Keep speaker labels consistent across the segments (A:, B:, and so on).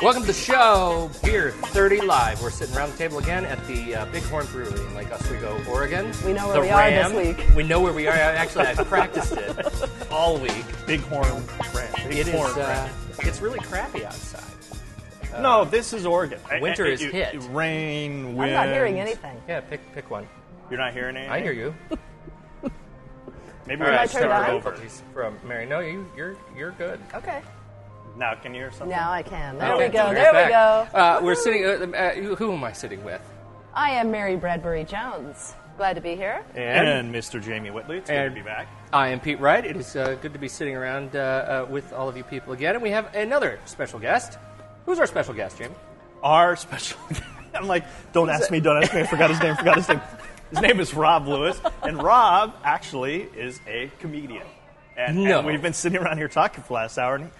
A: Welcome to the show, Beer 30 Live. We're sitting around the table again at the uh, Bighorn Brewery in Lake Oswego, Oregon.
B: We know where
A: The
B: we are this
A: Ram.
B: week.
A: We know where we are. I- Actually, I've practiced it all week.
C: Bighorn Ranch.
A: It is,
C: Bighorn
A: uh,
C: Ranch.
A: it's really crappy outside.
C: no, this is Oregon.
A: uh, Winter
C: It-
A: is
C: it-
A: hit.
C: it- Rain, wind.
B: I'm not hearing anything.
A: Yeah, pick pick one.
C: You're not hearing anything.
A: I hear you.
C: Maybe
A: All
B: I
C: we right,
B: turned
C: start
B: on?
C: over.
A: From Mary. No, you, you're you're good.
B: Okay.
C: Now, can you hear something?
B: Now I can. There
A: Okay,
B: we go.
A: Mary's
B: There we go.
A: back. Uh, we're sitting. Uh, uh, who- who am I sitting with?
B: I am Mary Bradbury Jones. Glad to be here.
C: And Mr. Jamie Whitley. It's
A: And-
C: good to be back.
A: I am Pete Wright. It is uh, good to be sitting around uh, uh, with all of you people again, and we have another special guest. Who's our special guest, Jim?
C: Our special. I'm like, don't ask me, don't ask me. I forgot his name. Forgot his name. His name is Rob Lewis, and Rob actually is a comedian. And,
A: No.
C: and we've been sitting around here talking for the last hour, and he,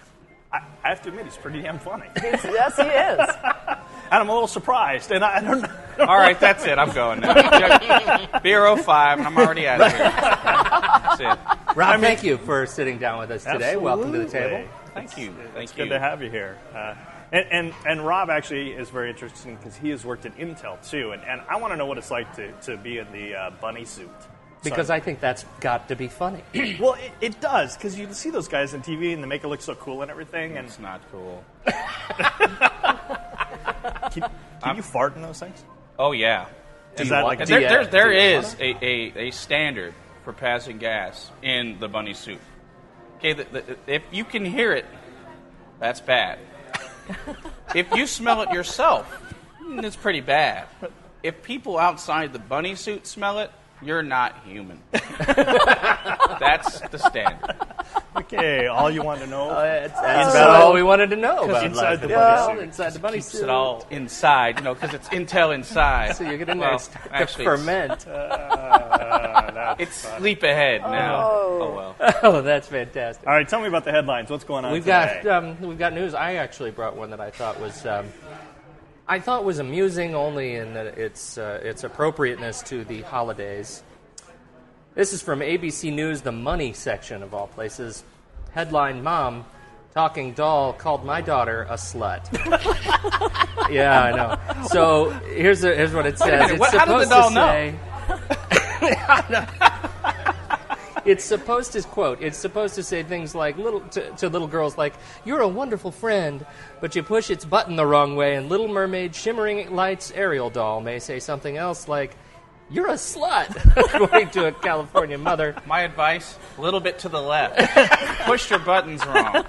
C: I, I have to admit, he's pretty damn funny. and
B: yes, he is.
C: I'm a little surprised, and I, I don't know.
D: All right, that's it. I'm going now. Beer 05, and I'm already out of here. That's it.
A: Rob, thank you for sitting down with us today. Welcome to the
C: Absolutely.
A: table.
D: Thank you. Thank
C: It's
D: you.
C: good to have you here. Uh, and, and, and Rob actually is very interesting because he has worked at Intel too, and, and I want to know what it's like to, to be in the uh, bunny suit.
A: Because I think that's got to be funny.
C: well, it, it does because you see those guys on TV and they make it look so cool and everything. And
D: It's not cool.
C: can, can you fart in those things?
D: Oh, yeah.
C: Is
A: you
C: that
A: want
C: like
A: to-
C: a,
D: There, there, there
A: Do you
D: is a, a, a standard for passing gas in the bunny suit. Okay, the, the, if you can hear it, that's bad. if you smell it yourself, hmm, it's pretty bad. If people outside the bunny suit smell it, you're not human. that's the standard.
C: okay? All you want to know.
A: That's, that's
C: Inside-
A: all we wanted to know about
C: inside
A: life
C: the
A: in
C: bunny
A: Intel,
C: suit.
A: Inside the bunny
D: keeps
A: suit.
D: it all inside, you know, because it's Intel inside.
A: So you get a
D: Well,
A: nice to
D: actually, it's- uh,
A: ferment.
D: It's sleep ahead now.
B: Oh.
D: Oh, well.
A: Oh, that's fantastic.
C: All right, tell me about the headlines. What's going on?
A: We've
C: today?
A: got um, we've got news. I actually brought one that I thought was um, I thought was amusing only in that its uh, its appropriateness to the holidays. This is from ABC News, the money section of all places. Headline: Mom, talking doll called my daughter a slut. yeah, I know. So here's a, here's what it says.
D: minute,
A: It's
D: what- how did the
A: supposed
D: doll
A: to
D: know?
A: say. It's supposed to quote. It's supposed to say things like little to, to little girls like "You're a wonderful friend," but you push its button the wrong way, and Little Mermaid, Shimmering Lights, Ariel doll may say something else like "You're a slut," according to a California mother.
D: My advice a little bit to the left. Push your buttons wrong.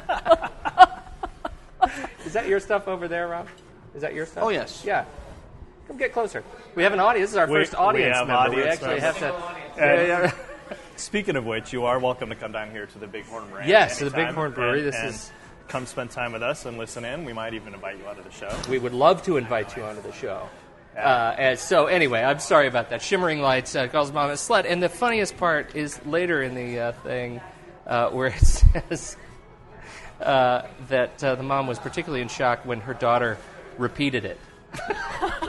A: Is that your stuff over there, Rob? Is that your stuff?
D: Oh, yes.
A: Yeah. Come get closer. We have an audience. This is our
C: We-
A: first audience
C: we have
A: member. we
C: audience
A: actually
C: members.
A: have to.
C: And-
A: Yeah, yeah.
C: Speaking of which, you are welcome to come down here to the Bighorn Ranch.
A: Yes, to the
C: anytime
A: Bighorn Brewery.
C: and-
A: This
C: and
A: is-
C: Come spend time with us and listen in. We might even invite you out of the show.
A: We would love to invite you onto the show. Uh, and so anyway, I'm sorry about that. Shimmering Lights uh, calls mom a slut, and the funniest part is later in the uh, thing uh, where it says uh, that uh, the mom was particularly in shock when her daughter repeated it.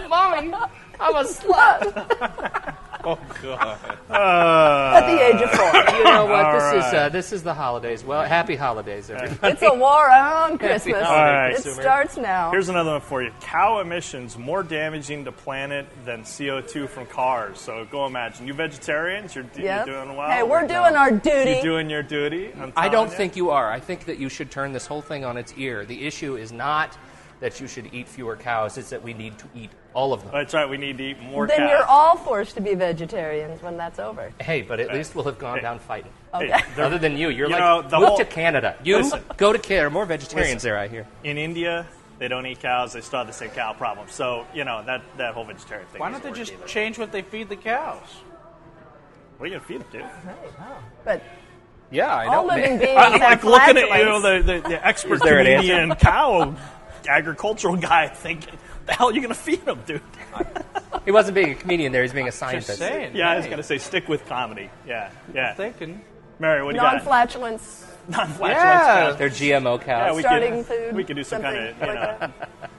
A: Mommy, I'm a slut.
D: Oh, God.
B: At the age of
C: Uh.
B: four.
A: You know what?
C: All
A: This is uh,
C: right.
A: this is the holidays. Well, happy holidays, everybody.
B: It's a war on Christmas.
A: All
C: right.
B: It starts now.
C: Here's another one for you. Cow emissions more damaging to planet than CO2 from cars. So go imagine. You vegetarians, you're, d-
B: Yep.
C: you're doing well.
B: Hey, we're doing our duty.
C: You're doing your duty. I'm
A: I
C: telling
A: don't
C: you.
A: think you are. I think that you should turn this whole thing on its ear. The issue is not that you should eat fewer cows; it's that we need to eat all of them.
C: That's right. We need to eat more.
B: then
C: cows.
B: you're all forced to be vegetarians when that's over.
A: Hey, but at least we'll have gone down fighting.
C: Hey,
B: Okay.
C: they're-
A: Other than you, you're
C: You
A: like
C: know, the
A: move
C: whole-
A: to Canada. You
C: Listen.
A: go to Canada. There are More vegetarians there, I hear.
C: in India, they don't eat cows. They still have the same cow problem. So you know that that whole vegetarian thing.
D: Why don't
C: doesn't
D: they
C: work
D: just
C: either.
D: change what they feed the cows?
C: What are you gonna feed them, dude?
B: But
A: Yeah, I
B: all living beings
C: I'm
B: have
C: like looking at you,
B: flatulence.
C: the, the, the expert
A: there an answer?
C: Canadian cow agricultural guy, thinking, the hell are you going to feed him, dude?
A: He wasn't being a comedian there; he's being a
D: Just
A: scientist.
D: saying.
C: Yeah, I was
D: hey,
C: going to say, stick with comedy. Yeah, yeah.
D: Thinking.
C: Mary, what do you got?
B: Non-flatulence
C: Non-flatulence
D: Yeah.
C: cows.
A: They're GMO cows.
C: we
B: starting
C: could,
B: food.
C: We could do some
B: something
C: kind of, you
B: like
C: know,
B: that.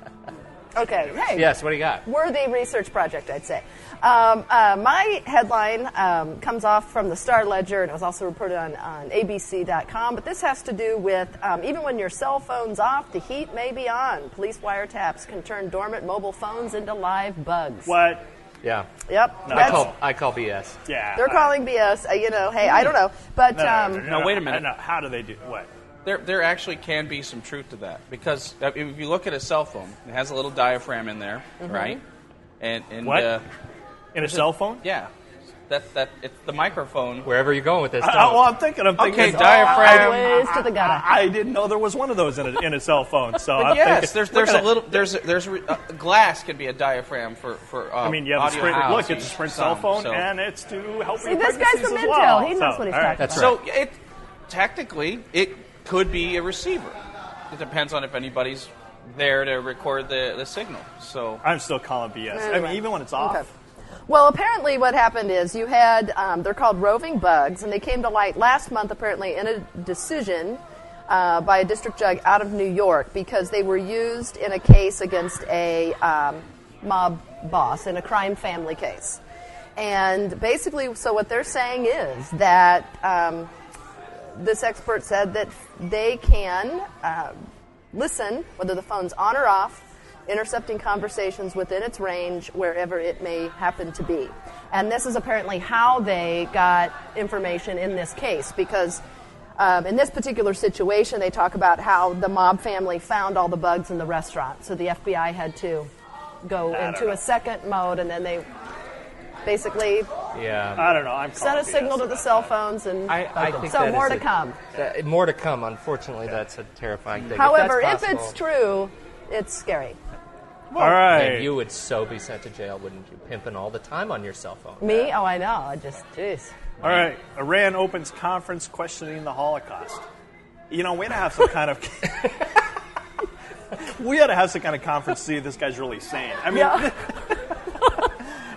B: Okay. Hey.
A: Yes, what do you got?
B: Worthy research project, I'd say. Um, uh, my headline um, comes off from the Star Ledger, and it was also reported on, on ABC.com. But this has to do with um, even when your cell phone's off, the heat may be on. Police wiretaps can turn dormant mobile phones into live bugs.
C: What?
A: Yeah.
B: Yep.
A: I
B: That's,
A: call, I call BS.
C: Yeah.
B: They're calling BS. Uh, you know, hey, I don't know, but um,
D: no, wait a minute.
C: I don't know. How do they do what?
D: There, there actually can be some truth to that because uh, if you look at a cell phone, it has a little diaphragm in there,
A: Mm-hmm.
D: right? And, and
C: What?
D: Uh,
C: In a cell phone?
D: yeah, that that it's the microphone.
A: Wherever you're going with this,
C: I, I,
A: don't.
C: Uh, well, I'm thinking. I'm thinking.
D: Okay,
C: it's-
D: diaphragm.
B: Ways to the gutter.
C: I, I didn't know there was one of those in a, in a cell phone. So I'm
D: yes,
C: thinking-
D: there's
C: look
D: there's
C: at
D: a
C: it.
D: little there's a- there's a re- uh, glass can be a diaphragm for for. Uh,
C: I mean, you have a
D: audio
C: Sprint.
D: housing,
C: Look, it's a Sprint cell
D: sound,
C: phone,
D: so-
C: and it's to help.
B: See,
C: with
B: this guy's
C: pregnancies
B: from
C: as
B: Intel.
C: well.
B: He
C: So,
B: knows what he's
C: all right.
B: talking
A: That's
D: So it technically it could be a receiver. It depends on if anybody's there to record the, the signal. So
C: I'm still calling BS. I mean,
B: Anyway.
C: even when it's off.
B: Okay. Well, apparently, what happened is you had, um, they're called roving bugs, and they came to light last month, apparently, in a decision uh, by a district judge out of New York because they were used in a case against a um, mob boss in a crime family case. And basically, so what they're saying is that um, this expert said that they can uh, listen, whether the phone's on or off, intercepting conversations within its range wherever it may happen to be. And this is apparently how they got information in this case because. Um, in this particular situation, they talk about how the mob family found all the bugs in the restaurant, so the FBI had to go
C: don't
B: into
C: know.
B: a second mode, and then they basically
A: yeah.
C: I don't know. I'm
B: sent
C: calling
B: a signal
C: BS.
B: to the cell phones and
A: I, I think
B: so
A: that is
B: more to
A: a-
B: come.
A: that- Uh, more to come. Unfortunately, that's a terrifying thing.
B: However,
A: if,
B: if
A: that's
B: it's
A: possible,
B: true, it's scary.
C: All right.
A: man, you would so be sent to jail, wouldn't you? Pimping all the time on your cell phone.
B: Me? Oh, I know. I just, jeez.
C: All right. Iran opens conference questioning the Holocaust. You know, we ought to have some kind of. we ought to have some kind of conference to see if this guy's really sane. I mean,
B: Yeah.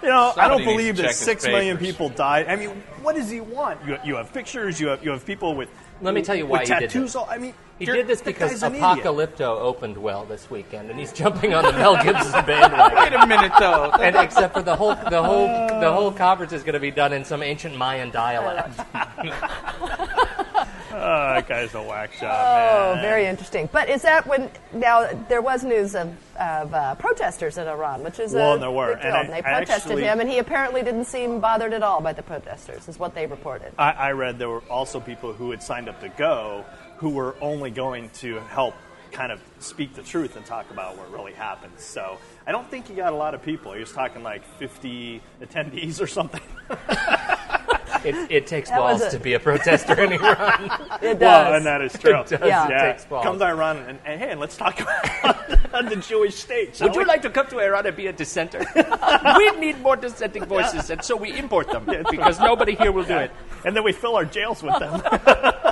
C: you know, I
D: Somebody
C: don't
D: needs to
C: believe
D: check
C: that
D: his
C: six million
D: papers.
C: people died. I mean, what does he want? You, you have pictures. You have you have people with.
A: Let me tell you
C: with
A: why he did
C: tattoos
A: this.
C: All, I mean,
A: He
C: you're-
A: did this
C: that
A: because
C: guy's an idiot.
A: Apocalypto opened well this weekend, and he's jumping on the Mel Gibson bandwagon.
D: wait a minute though.
A: And except for the whole, the whole, the whole conference is going to be done in some ancient Mayan dialect.
C: Oh, that guy's a whack job,
B: Oh,
C: man.
B: very interesting. But is that when, now, there was news of, of uh, protesters in Iran, which is
C: Well,
B: a
C: there were,
B: big deal.
C: and I-
B: they
C: I
B: protested
C: actually-
B: him, and he apparently didn't seem bothered at all by the protesters, is what they reported.
C: I, I read there were also people who had signed up to go who were only going to help kind of speak the truth and talk about what really happened. So I don't think he got a lot of people. He was talking like 50 attendees or something.
A: It, it takes
B: That was
A: balls
B: a-
A: to be a protester in Iran.
B: It does.
C: Uh, Well, and that is true.
A: It does.
B: Yeah.
A: It takes balls.
C: Come to Iran and, and hey, and let's talk about the Jewish state. shall
A: Would you
C: we?
A: like to come to Iran and be a dissenter? we need more dissenting voices, and so we import them because nobody here will do it.
C: And then we fill our jails with them.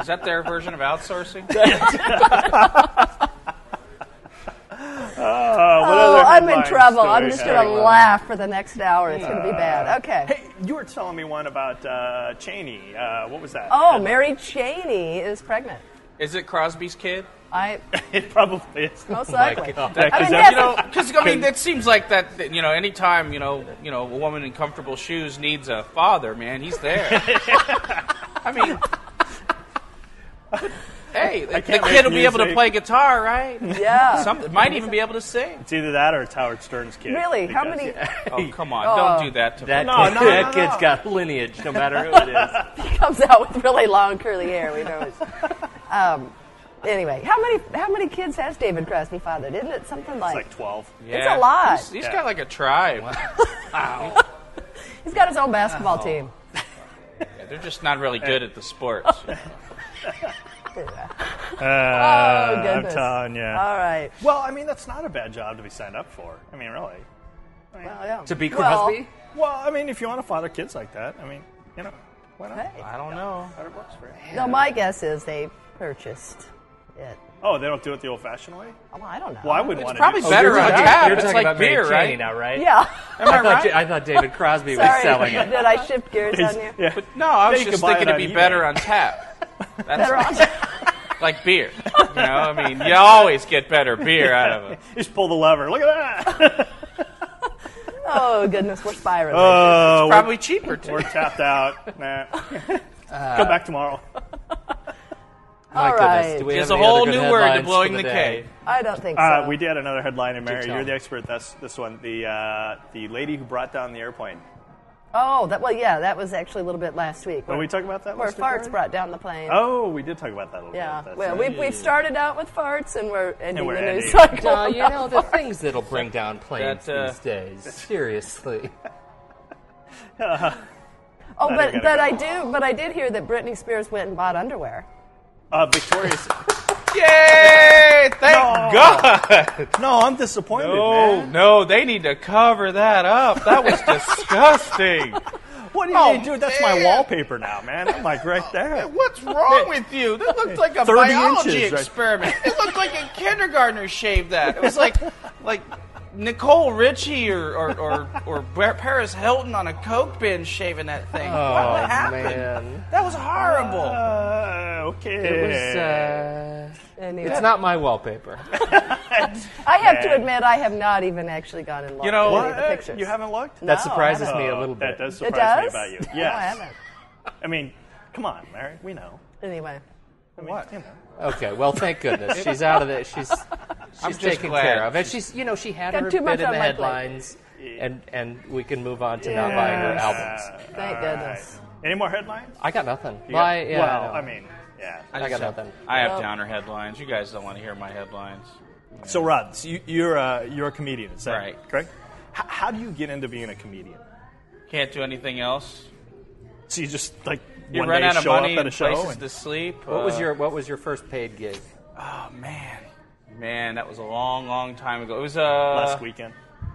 D: Is that their version of outsourcing?
B: oh, I'm in
C: headlines
B: trouble.
C: do we
B: I'm just going
C: have?
B: to laugh for the next hour. It's going to be bad. Okay.
C: Uh, Hey, you were telling me one about uh, Cheney. Uh, what was that?
B: oh, Mary Cheney is pregnant.
D: Is it Crosby's kid?
B: I
C: it probably is.
B: most
A: my
B: likely.
A: God.
B: I
C: Because
B: mean,
C: that-
B: yes,
D: You know, because I mean, it seems like that. that, You know, anytime you know, you know, a woman in comfortable shoes needs a father, man, he's there. I mean, hey, the,
C: can't
D: kid will
C: make
D: be able to
C: music.
D: play guitar, right?
B: yeah.
D: Some might even be able to sing.
C: It's either that or it's Howard Stern's kid.
B: Really? How
C: Because-
B: many?
D: Oh, come on! Don't do that to
A: That,
D: me.
C: No,
A: kid,
C: no,
A: that
C: no,
A: kid's
C: no.
A: got lineage, no matter who it is.
B: comes out with really long curly hair. We know. It's, um, anyway, how many how many kids has David Crosby fathered? Isn't it something
C: It's
B: like?
C: like 12.
D: Yeah.
B: a lot.
D: He's- he's
C: Yeah.
D: got like a tribe.
B: he's got his own basketball team.
D: Yeah, they're just not really good at the sports.
B: oh
C: Uh, I'm
B: goodness! Uh,
C: telling you.
B: All right.
C: well, I mean, that's not a bad job to be signed up for. I mean, really.
B: Well, yeah.
A: To be
B: Well,
A: Crosby,
C: Well, I mean, if you want to father kids like that, I mean, you know, why not?
B: hey.
D: I don't know.
C: That works for you.
B: No, my guess is they purchased it.
C: Oh, they don't do it the old-fashioned way.
B: Well, I don't know.
C: Well, I wouldn't want to.
D: probably
C: do
D: better
C: Oh, you're
D: on
C: right.
D: tap.
A: you're
D: It's
A: talking
D: like
A: about Mary
D: beer,
A: Cheney
D: right?
A: now, right?
B: Yeah.
A: Am I, thought,
D: right?
A: J- I thought David Crosby was
B: Sorry.
A: selling it.
B: Did I shift gears on you?
C: Yeah.
D: No, I was
C: Yeah, you
D: just
C: could buy
D: thinking
C: it
D: it'd
C: on
D: be
C: eBay.
D: better on tap. That's
B: Better on-
D: like beer. You know, I mean, you always get better beer out of it.
C: You just pull the lever. Look at that.
B: Oh goodness, we're spiraling.
C: Oh, we're,
D: Probably cheaper too.
C: we're tapped out. Nah.
B: Uh,
C: Come back tomorrow.
A: My
B: All
A: goodness,
B: right.
A: do we
D: There's
A: have
D: a
A: any other
D: whole
A: good
D: new word to
A: headlines
D: blowing
A: for
D: the
A: day?
D: K.
B: I don't think so.
C: Uh, we did another headline, and Mary,
A: tell.
C: you're the expert. That's this one. The uh, the lady who brought down the airplane.
B: Oh, that well, yeah, that was actually a little bit last week.
C: Did we talk about that?
B: where
C: last week
B: farts
C: already?
B: brought down the plane.
C: Oh, we did talk about that a little
B: yeah.
C: bit. That's
B: well,
C: right.
B: we've, we've started out with farts, and we're ending
C: we're
B: the
C: ending.
B: news cycle.
A: No, you know
B: about
A: the
B: farts.
A: things that'll bring down planes
D: That, uh,
A: these days. Seriously,
B: Oh, but
C: I gotta
B: but
C: go.
B: I do, but I did hear that Britney Spears went and bought underwear.
C: Uh, Victoria's.
D: Yay! Thank
C: No.
D: God.
C: no, I'm disappointed.
D: No,
C: man.
D: no, they need to cover that up. That was disgusting.
C: What do you
D: Oh,
C: mean, dude? That's my
D: man.
C: wallpaper now, man. I'm like right there.
D: What's wrong with you? That looked like a
C: 30
D: biology
C: inches, right?
D: experiment. It looked like a kindergartner shaved that. It was like like Nicole Richie or or, or, or Bar- Paris Hilton on a coke bin shaving that thing. what happened?
A: Oh, man.
D: That was horrible.
C: Uh, okay.
A: It was. Uh,
B: Anyway,
A: it's not my wallpaper.
B: I have to
C: bad.
B: admit, I have not even actually gone and looked
D: You know,
B: at any
C: What?
B: of the pictures.
C: You haven't looked? Oh,
B: No, I
A: That surprises
B: haven't.
A: me
D: Oh,
A: a little
C: That
A: bit.
C: does
B: It
C: surprise me
B: does
C: about you. Yes.
B: No, I haven't.
C: I mean, come on, Mary. We know.
B: Anyway,
C: I mean, what? You know.
A: Okay, well, thank goodness she's out of it. She's she's
D: just
A: taken
D: glad.
A: care of, and she's you know she had
B: Got
A: her
B: too
A: bit in
B: much
A: the
B: on my plate.
A: headlines, and and we can move on to not buying her
C: Yes.
A: albums.
B: thank
C: All
B: goodness.
C: right. Any more headlines?
A: I got nothing.
C: You
A: Why?
C: got-
A: yeah,
C: well,
A: no.
C: I mean, yeah.
A: I got
D: just have-
A: nothing.
D: I have
B: Well-
D: downer headlines. You guys don't want to hear my headlines.
C: So, Rob, so you, you're a you're a comedian, is that
D: Right.
C: Correct. H- how do you get into being a comedian?
D: Can't do anything else.
C: So you just like
D: You
C: one
D: run
C: day
D: out of
C: show
D: money
C: up at a
D: and
C: show.
D: places
C: and-
D: to sleep.
A: What was
D: Uh,
A: your what was your first paid gig?
D: Oh man, man, that was a long, long time ago. It was uh
C: last weekend.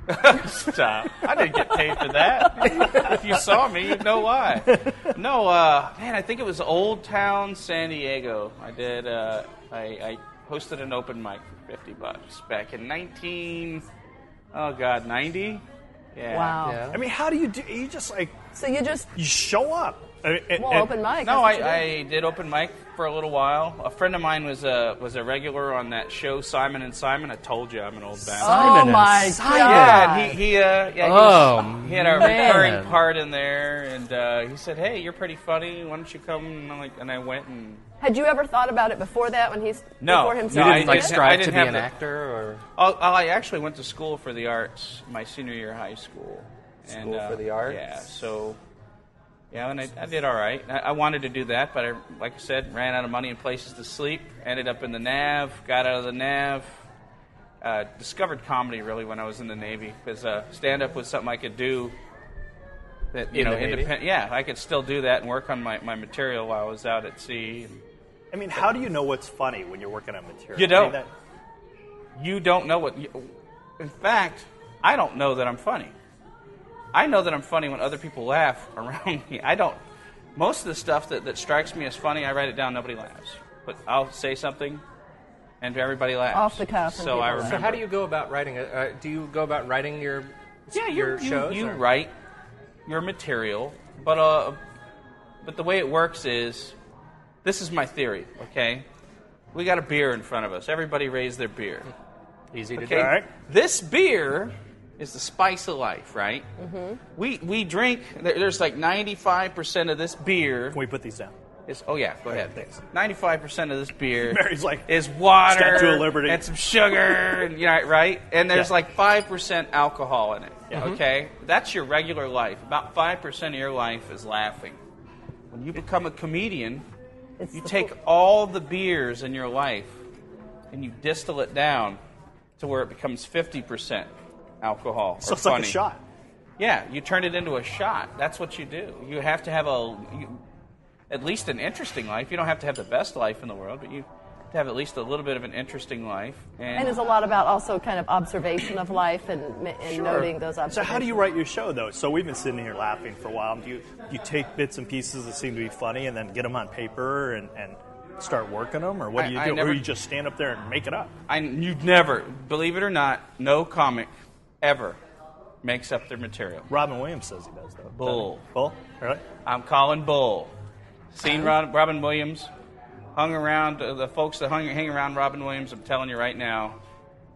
D: Stop! I didn't get paid for that. if you saw me, you'd know why. No, uh, man, I think it was Old Town San Diego. I did. Uh, I, I hosted an open mic for fifty bucks back in nineteen. Oh God, ninety. Yeah.
B: Wow.
A: Yeah.
C: I mean, how do you do? You just like
B: So you just
C: you show up. I mean, and-
B: well
C: and-
B: open mic.
D: No,
B: that's what
D: I,
B: you
D: I did open mic for a little while. A friend of mine was a was a regular on that show Simon and Simon. I told you I'm an old band.
B: Oh
A: Simon and
B: my
A: Simon.
B: God.
D: Yeah, and he, he, uh, yeah, he,
A: Oh,
D: was- he had a
A: man.
D: recurring part in there, and uh, he said, "Hey, you're pretty funny. Why don't you come?" And, I'm like, and I went and
B: do. Had you ever thought about it before that? When he's
D: No.
B: before
D: You
A: You
B: himself,
D: No, I
A: didn't like
D: didn't- I
A: strive to
D: didn't
A: be
D: have
A: an
D: the-
A: actor or
D: oh, oh, I actually went to school for the arts my senior year of high school. and, uh,
A: School for the arts?
D: Yeah, so yeah, and I, I did all right. I, I wanted to do that, but I, like I said, ran out of money and places to sleep. Ended up in the Nav. Got out of the Nav. Uh, discovered comedy really when I was in the Navy because uh, stand up was something I could do. That you
A: In
D: know,
A: the Navy?
D: independent. Yeah, I could still do that and work on my, my material while I was out at sea. And,
C: I mean, how do you know what's funny when you're working on material?
D: You
C: I mean,
D: don't.
C: that-
D: you don't know what. You, in fact, I don't know that I'm funny. I know that I'm funny when other people laugh around me. I don't. Most of the stuff that, that strikes me as funny, I write it down. Nobody laughs, but I'll say something, and everybody laughs.
B: Off the cuff, and
D: So
B: people
D: I
B: laugh.
D: remember.
A: So how do you go about writing? A, uh, do you go about writing your
D: yeah, you,
A: your
D: you,
A: shows?
D: you
A: or-
D: write your material, but uh, but the way it works is, this is my theory. Okay, we got a beer in front of us. Everybody raise their beer.
A: Easy to
D: Okay.
A: do.
C: All right.
D: This beer is the spice of life, right? Mm-hmm. We we drink. there- There's like 95 percent of this beer
C: Can we put these down?
D: is. Oh yeah, go ahead.
C: thanks.
D: 95 percent of this beer
C: Mary's like,
D: is water
C: Statue of Liberty.
D: and some sugar, and yeah, right. And there's
C: Yeah. Mm-hmm.
D: like five percent alcohol in it. Okay, that's your regular life. About five percent of your life is laughing. When you become a comedian,
B: It's
D: you
B: the
D: take all the beers in your life and you distill it down to where it becomes 50% alcohol. Or
C: So it's
D: funny.
C: like a shot.
D: Yeah, you turn it into a shot. That's what you do. You have to have a, you, at least an interesting life. You don't have to have the best life in the world, but you have to have at least a little bit of an interesting life. And,
B: And it's a lot about also kind of observation of life and, and noting those
C: So
B: observations.
C: how do you write your show though? So we've been sitting here laughing for a while. Do you you take bits and pieces that seem to be funny and then get them on paper and, and start working them, or what do
D: I-
C: you
D: I
C: do?
D: never-
C: or you just stand up there and make it up?
D: I, you've never, believe it or not, no comic ever makes up their material.
C: Robin Williams says he does though.
D: Bull.
C: Bull. Really?
D: I'm Colin Bull. Seen Ron, Robin Williams hung around uh, the folks that hung, hang around Robin Williams. I'm telling you right now,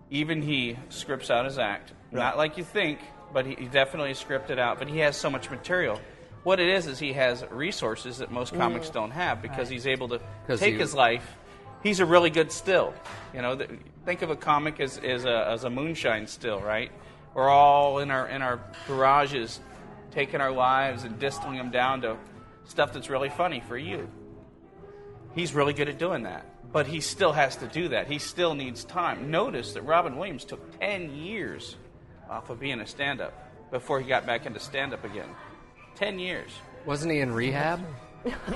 D: even he scripts out his act. Not like you think, but he, he definitely scripted out. But he has so much material. What it is is he has resources that most comics don't have because he's able to
A: Mm. 'Cause
D: take
A: he-
D: his life. He's a really good still. You know, th- think of a comic as, as, a, as a moonshine still, right? We're all in our in our garages, taking our lives and distilling them down to stuff that's really funny for you he's really good at doing that. But he still has to do that. He still needs time. Notice that Robin Williams took 10 years off of being a stand up before he got back into stand up again. 10 years.
A: Wasn't he in rehab?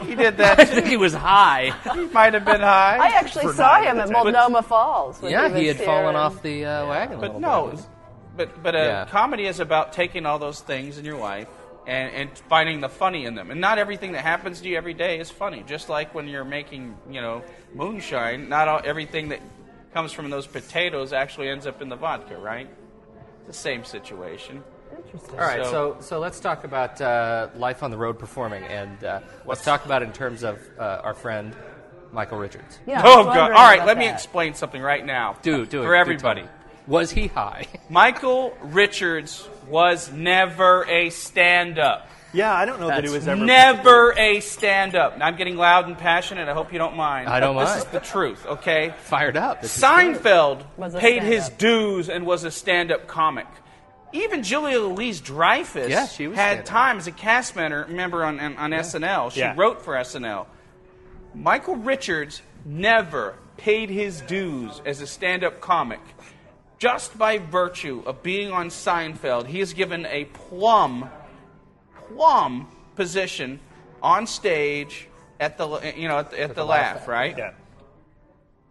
D: He did that too.
A: he was high.
D: he might have been high.
B: I actually
C: For
B: saw
C: nine
B: him at
C: minutes.
B: Multnomah Falls. when
A: yeah,
B: was
A: he had
B: here
A: fallen
B: and-
A: off the uh, wagon. a
D: but
A: little
D: no,
A: bit.
D: it's- but but uh,
A: Yeah.
D: comedy is about taking all those things in your life and, and finding the funny in them. And not everything that happens to you every day is funny. Just like when you're making you know moonshine, not all, everything that comes from those potatoes actually ends up in the vodka, right? It's the same situation.
B: Interesting.
A: All right, so
D: So-
A: so, let's talk about uh, life on the road performing, and uh, let's talk about it in terms of uh, our friend Michael Richards.
B: Yeah, I was
D: oh God!
B: wondering
D: All right,
B: about
D: let me
B: that.
D: explain something right now.
A: Do do it
D: for
A: do
D: everybody.
A: tell me. Was he high?
D: Michael Richards was never a stand-up.
C: Yeah, I don't know that it
A: That's
C: was ever
D: Never a stand up. Now I'm getting loud and passionate. I hope you don't mind.
A: I don't
D: But
A: mind.
D: This is the truth, okay?
A: Fired up. This is great.
D: Seinfeld
B: Was a
D: paid his
B: stand-up.
D: dues and was a stand up comic. Even Julia Louise Dreyfus
A: Yeah, she was
D: had
A: stand-up.
D: time as a cast member, member on, on, on SNL. She
C: Yeah.
D: wrote for SNL. Michael Richards never paid his dues as a stand up comic. Just by virtue of being on Seinfeld, he is given a plum plumb position on stage at the you know at the, at the, laugh, right?
C: Yeah.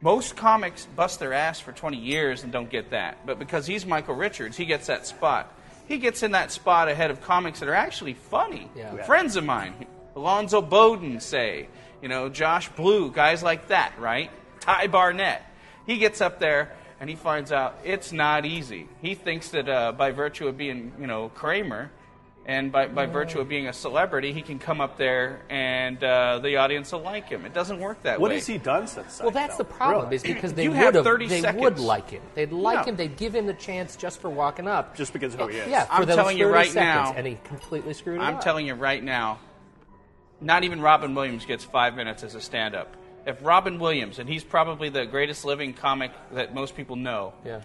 D: Most comics bust their ass for 20 years and don't get that, but because he's Michael Richards, he gets that spot. He gets in that spot ahead of comics that are actually funny.
A: Yeah. Yeah.
D: Friends of mine, Alonzo Bowden, say, you know, Josh Blue, guys like that, right? Ty Barnett. He gets up there and he finds out it's not easy. He thinks that uh, by virtue of being, you know, Kramer, and by, by virtue of being a celebrity, he can come up there and uh, the audience will like him. It doesn't work that
C: What
D: way.
C: has he done since?
A: Well, that's the problem is because they
D: You
A: would
D: have
A: have-
D: 30
A: they
D: seconds.
A: would like him. They'd like
D: No.
A: him. They'd give him the chance just for walking up.
C: Just because of who he is.
A: Yeah, for
D: I'm
A: those
D: telling you
A: 30
D: right
A: seconds,
D: now-
A: and he completely screwed it
D: I'm
A: up.
D: telling you right now, not even Robin Williams gets five minutes as a stand up. If Robin Williams, and he's probably the greatest living comic that most people know,
A: Yeah.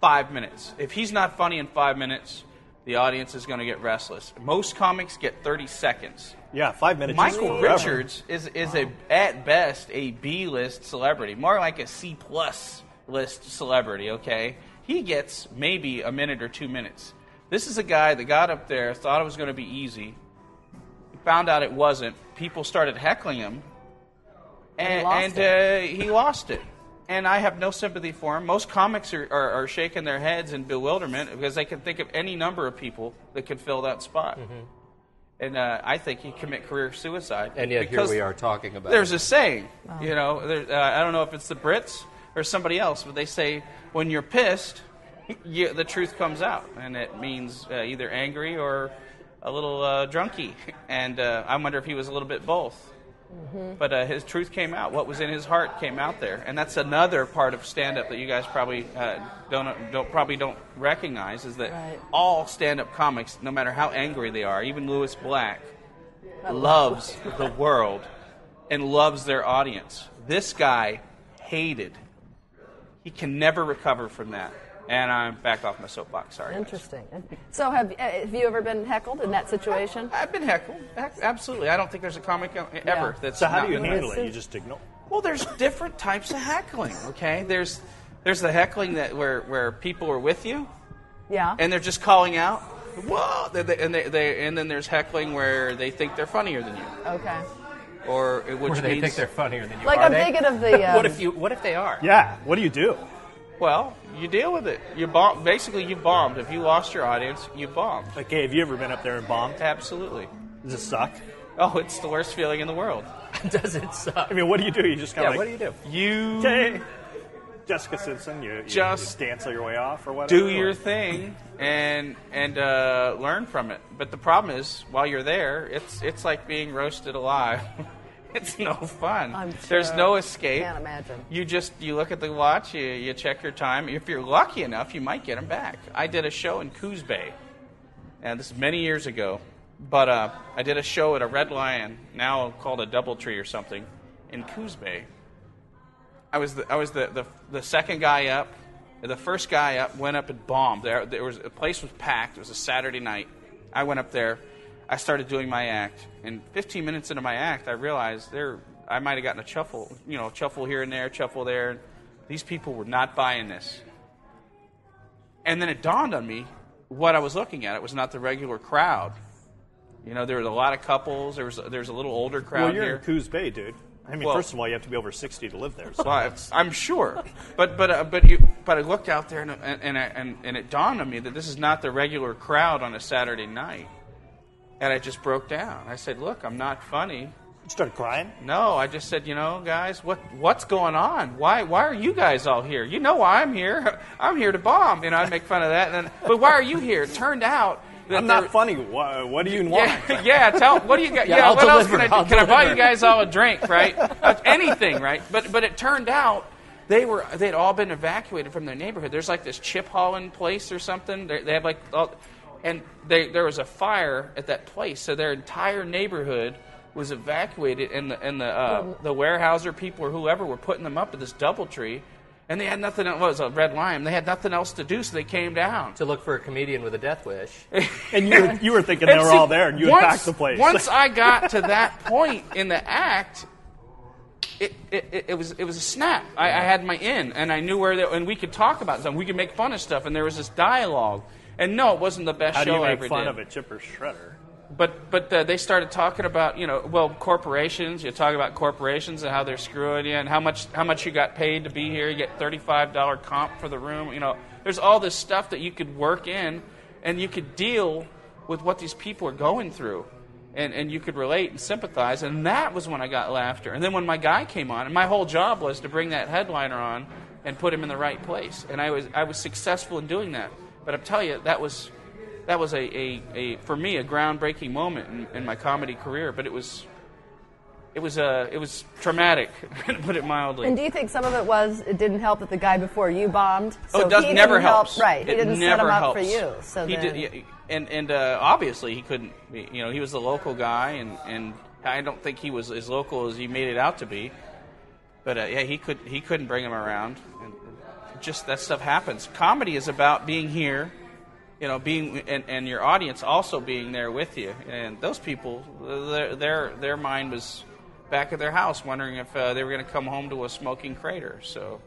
D: five minutes. If he's not funny in five minutes, the audience is going to get restless. Most comics get 30 seconds.
C: yeah, five minutes. is
D: Michael
C: forever.
D: Richards is, is a at best a B list celebrity, more like a C plus list celebrity. Okay, he gets maybe a minute or two minutes. This is a guy that got up there, thought it was going to be easy, found out it wasn't. People started heckling him, and,
B: lost
D: and Uh, he lost it. And I have no sympathy for him. Most comics are, are, are shaking their heads in bewilderment because they can think of any number of people that could fill that spot. And uh, I think he commit career suicide.
A: And yet here
D: because
A: we are talking about.
D: There's
A: it.
D: a saying, you know, there, uh, I don't know if it's the Brits or somebody else, but they say when you're pissed, you, the truth comes out, and it means uh, either angry or a little uh, drunky. And uh, I wonder if he was a little bit both. But uh, his truth came out. What was in his heart came out there, and that's another part of stand-up that you guys probably uh, don't, don't probably don't recognize is that
B: Right.
D: all stand-up comics, no matter how angry they are, even Lewis Black, loves the world and loves their audience. This guy hated. He can never recover from that. And I'm back off my soapbox. Sorry. guys.
B: Interesting. So, have, uh, have you ever been heckled in that situation?
D: I've been heckled. Heck, Absolutely. I don't think there's a comic ever
B: Yeah.
D: that's
C: So how
D: not
C: do you
D: been
C: handle
B: Listen.
C: it? You just ignore.
D: Well, there's different types of heckling. Okay, there's there's the heckling that where where people are with you
B: Yeah.
D: and they're just calling out, whoa, they, they, and they, they and then there's heckling where they think they're funnier than you,
B: okay.
D: or which
A: Where they
D: means
A: think they're funnier than you
B: Like
A: are.
B: I'm
A: they?
B: thinking of the. Um,
A: what if you? What if they are?
C: Yeah. What do you do?
D: well, you deal with it. You bomb. Basically, you bombed. If you lost your audience, you bombed.
C: Like, hey, have you ever been up there and bombed?
D: Absolutely.
C: Does it suck?
D: Oh, it's the worst feeling in the world.
A: Does it suck?
C: I mean, what do you do? You just kind
A: Yeah,
C: of like,
A: what do you do?
D: You
C: Hey, Jessica Simpson, you, you
D: Just
C: just dance your way off or whatever.
D: do your thing and and uh, learn from it. But the problem is, while you're there, it's it's like being roasted alive. It's no fun.
B: I'm
D: There's
B: sure.
D: no escape.
B: Can't imagine.
D: You just you look at the watch, you, you check your time. If you're lucky enough, you might get them back. I did a show in Coos Bay, and this is many years ago, but uh, I did a show at a Red Lion, now called a DoubleTree or something, in Coos Bay. I was the, I was the, the the second guy up. The first guy up went up and bombed. There, there was the place was packed. It was a Saturday night. I went up there. I started doing my act, and 15 minutes into my act, I realized there I might have gotten a chuffle, you know, chuffle here and there, chuffle there. These people were not buying this. And then it dawned on me what I was looking at. It was not the regular crowd. You know, there was a lot of couples. There was there was a little older crowd
C: Well, you're
D: here.
C: in Coos Bay, dude. I mean,
D: Well-
C: first of all, you have to be over 60 to live there. So.
D: Well, it's- I'm sure, but but uh, but you but I looked out there and and and, I, and and it dawned on me that this is not the regular crowd on a Saturday night, and I just broke down. I said, "Look, I'm not funny.
C: You started crying.
D: No, I just said, you know, guys, what what's going on? Why why are you guys all here? You know why I'm here. I'm here to bomb. You know, I make fun of that. And then, but why are you here? It turned out that
C: I'm
D: there-
C: not funny. What, what do you want?
D: yeah, yeah, tell what do you got?
A: Yeah,
D: Yeah,
A: I'll
D: what else
A: deliver,
D: can I do?
A: I'll
D: can I buy you
A: deliver.
D: guys all a drink, right? Uh, Anything, right? But but it turned out they were they'd all been evacuated from their neighborhood. There's like this chip hauling place or something. they they have like all, and they, there was a fire at that place, so their entire neighborhood was evacuated, and the and the uh, the warehouser people or whoever were putting them up at this double tree. And they had nothing. What was it, a red lime? They had nothing else to do, so they came down.
A: to look for a comedian with a death wish.
C: And you were, you were thinking they
D: And
C: were
D: see,
C: all there, and you
D: once-
C: had packed the place.
D: Once I got to that point in the act, it, it, it- it was it was a snap. I, I had my in, and I knew where. They, and we could talk about something. We could make fun of stuff, and there was this dialogue. And no, it wasn't the best
C: How do
D: show
C: you
D: I
C: make
D: ever
C: fun
D: did.
C: of a chipper shredder?
D: But but uh, they started talking about you know well corporations. You talk about corporations and how they're screwing you, and how much how much you got paid to be here. You get thirty five dollar comp for the room. You know, there's all this stuff that you could work in, and you could deal with what these people are going through, and and you could relate and sympathize. And that was when I got laughter. And then when my guy came on, and my whole job was to bring that headliner on and put him in the right place, and I was I was successful in doing that. But I'm telling you, that was that was a, a, a for me a groundbreaking moment in, in my comedy career but it was it was uh, it was traumatic to put it mildly
B: And do you think some of it was it didn't help that the guy before you bombed?
D: oh
B: So
D: it does
B: he
D: never
B: didn't help-
D: helps
B: right? He
D: It
B: didn't set
D: never
B: him up
D: helps.
B: for you. So
D: he
B: then,
D: did yeah, and and uh, obviously he couldn't be- you know he was the local guy and and I don't think he was as local as he made it out to be but uh, yeah he could he couldn't bring him around and and just that stuff happens comedy is about being here you know, being and, and your audience also being there with you, and those people, their their, their mind was back at their house wondering if uh, they were going to come home to a smoking crater. So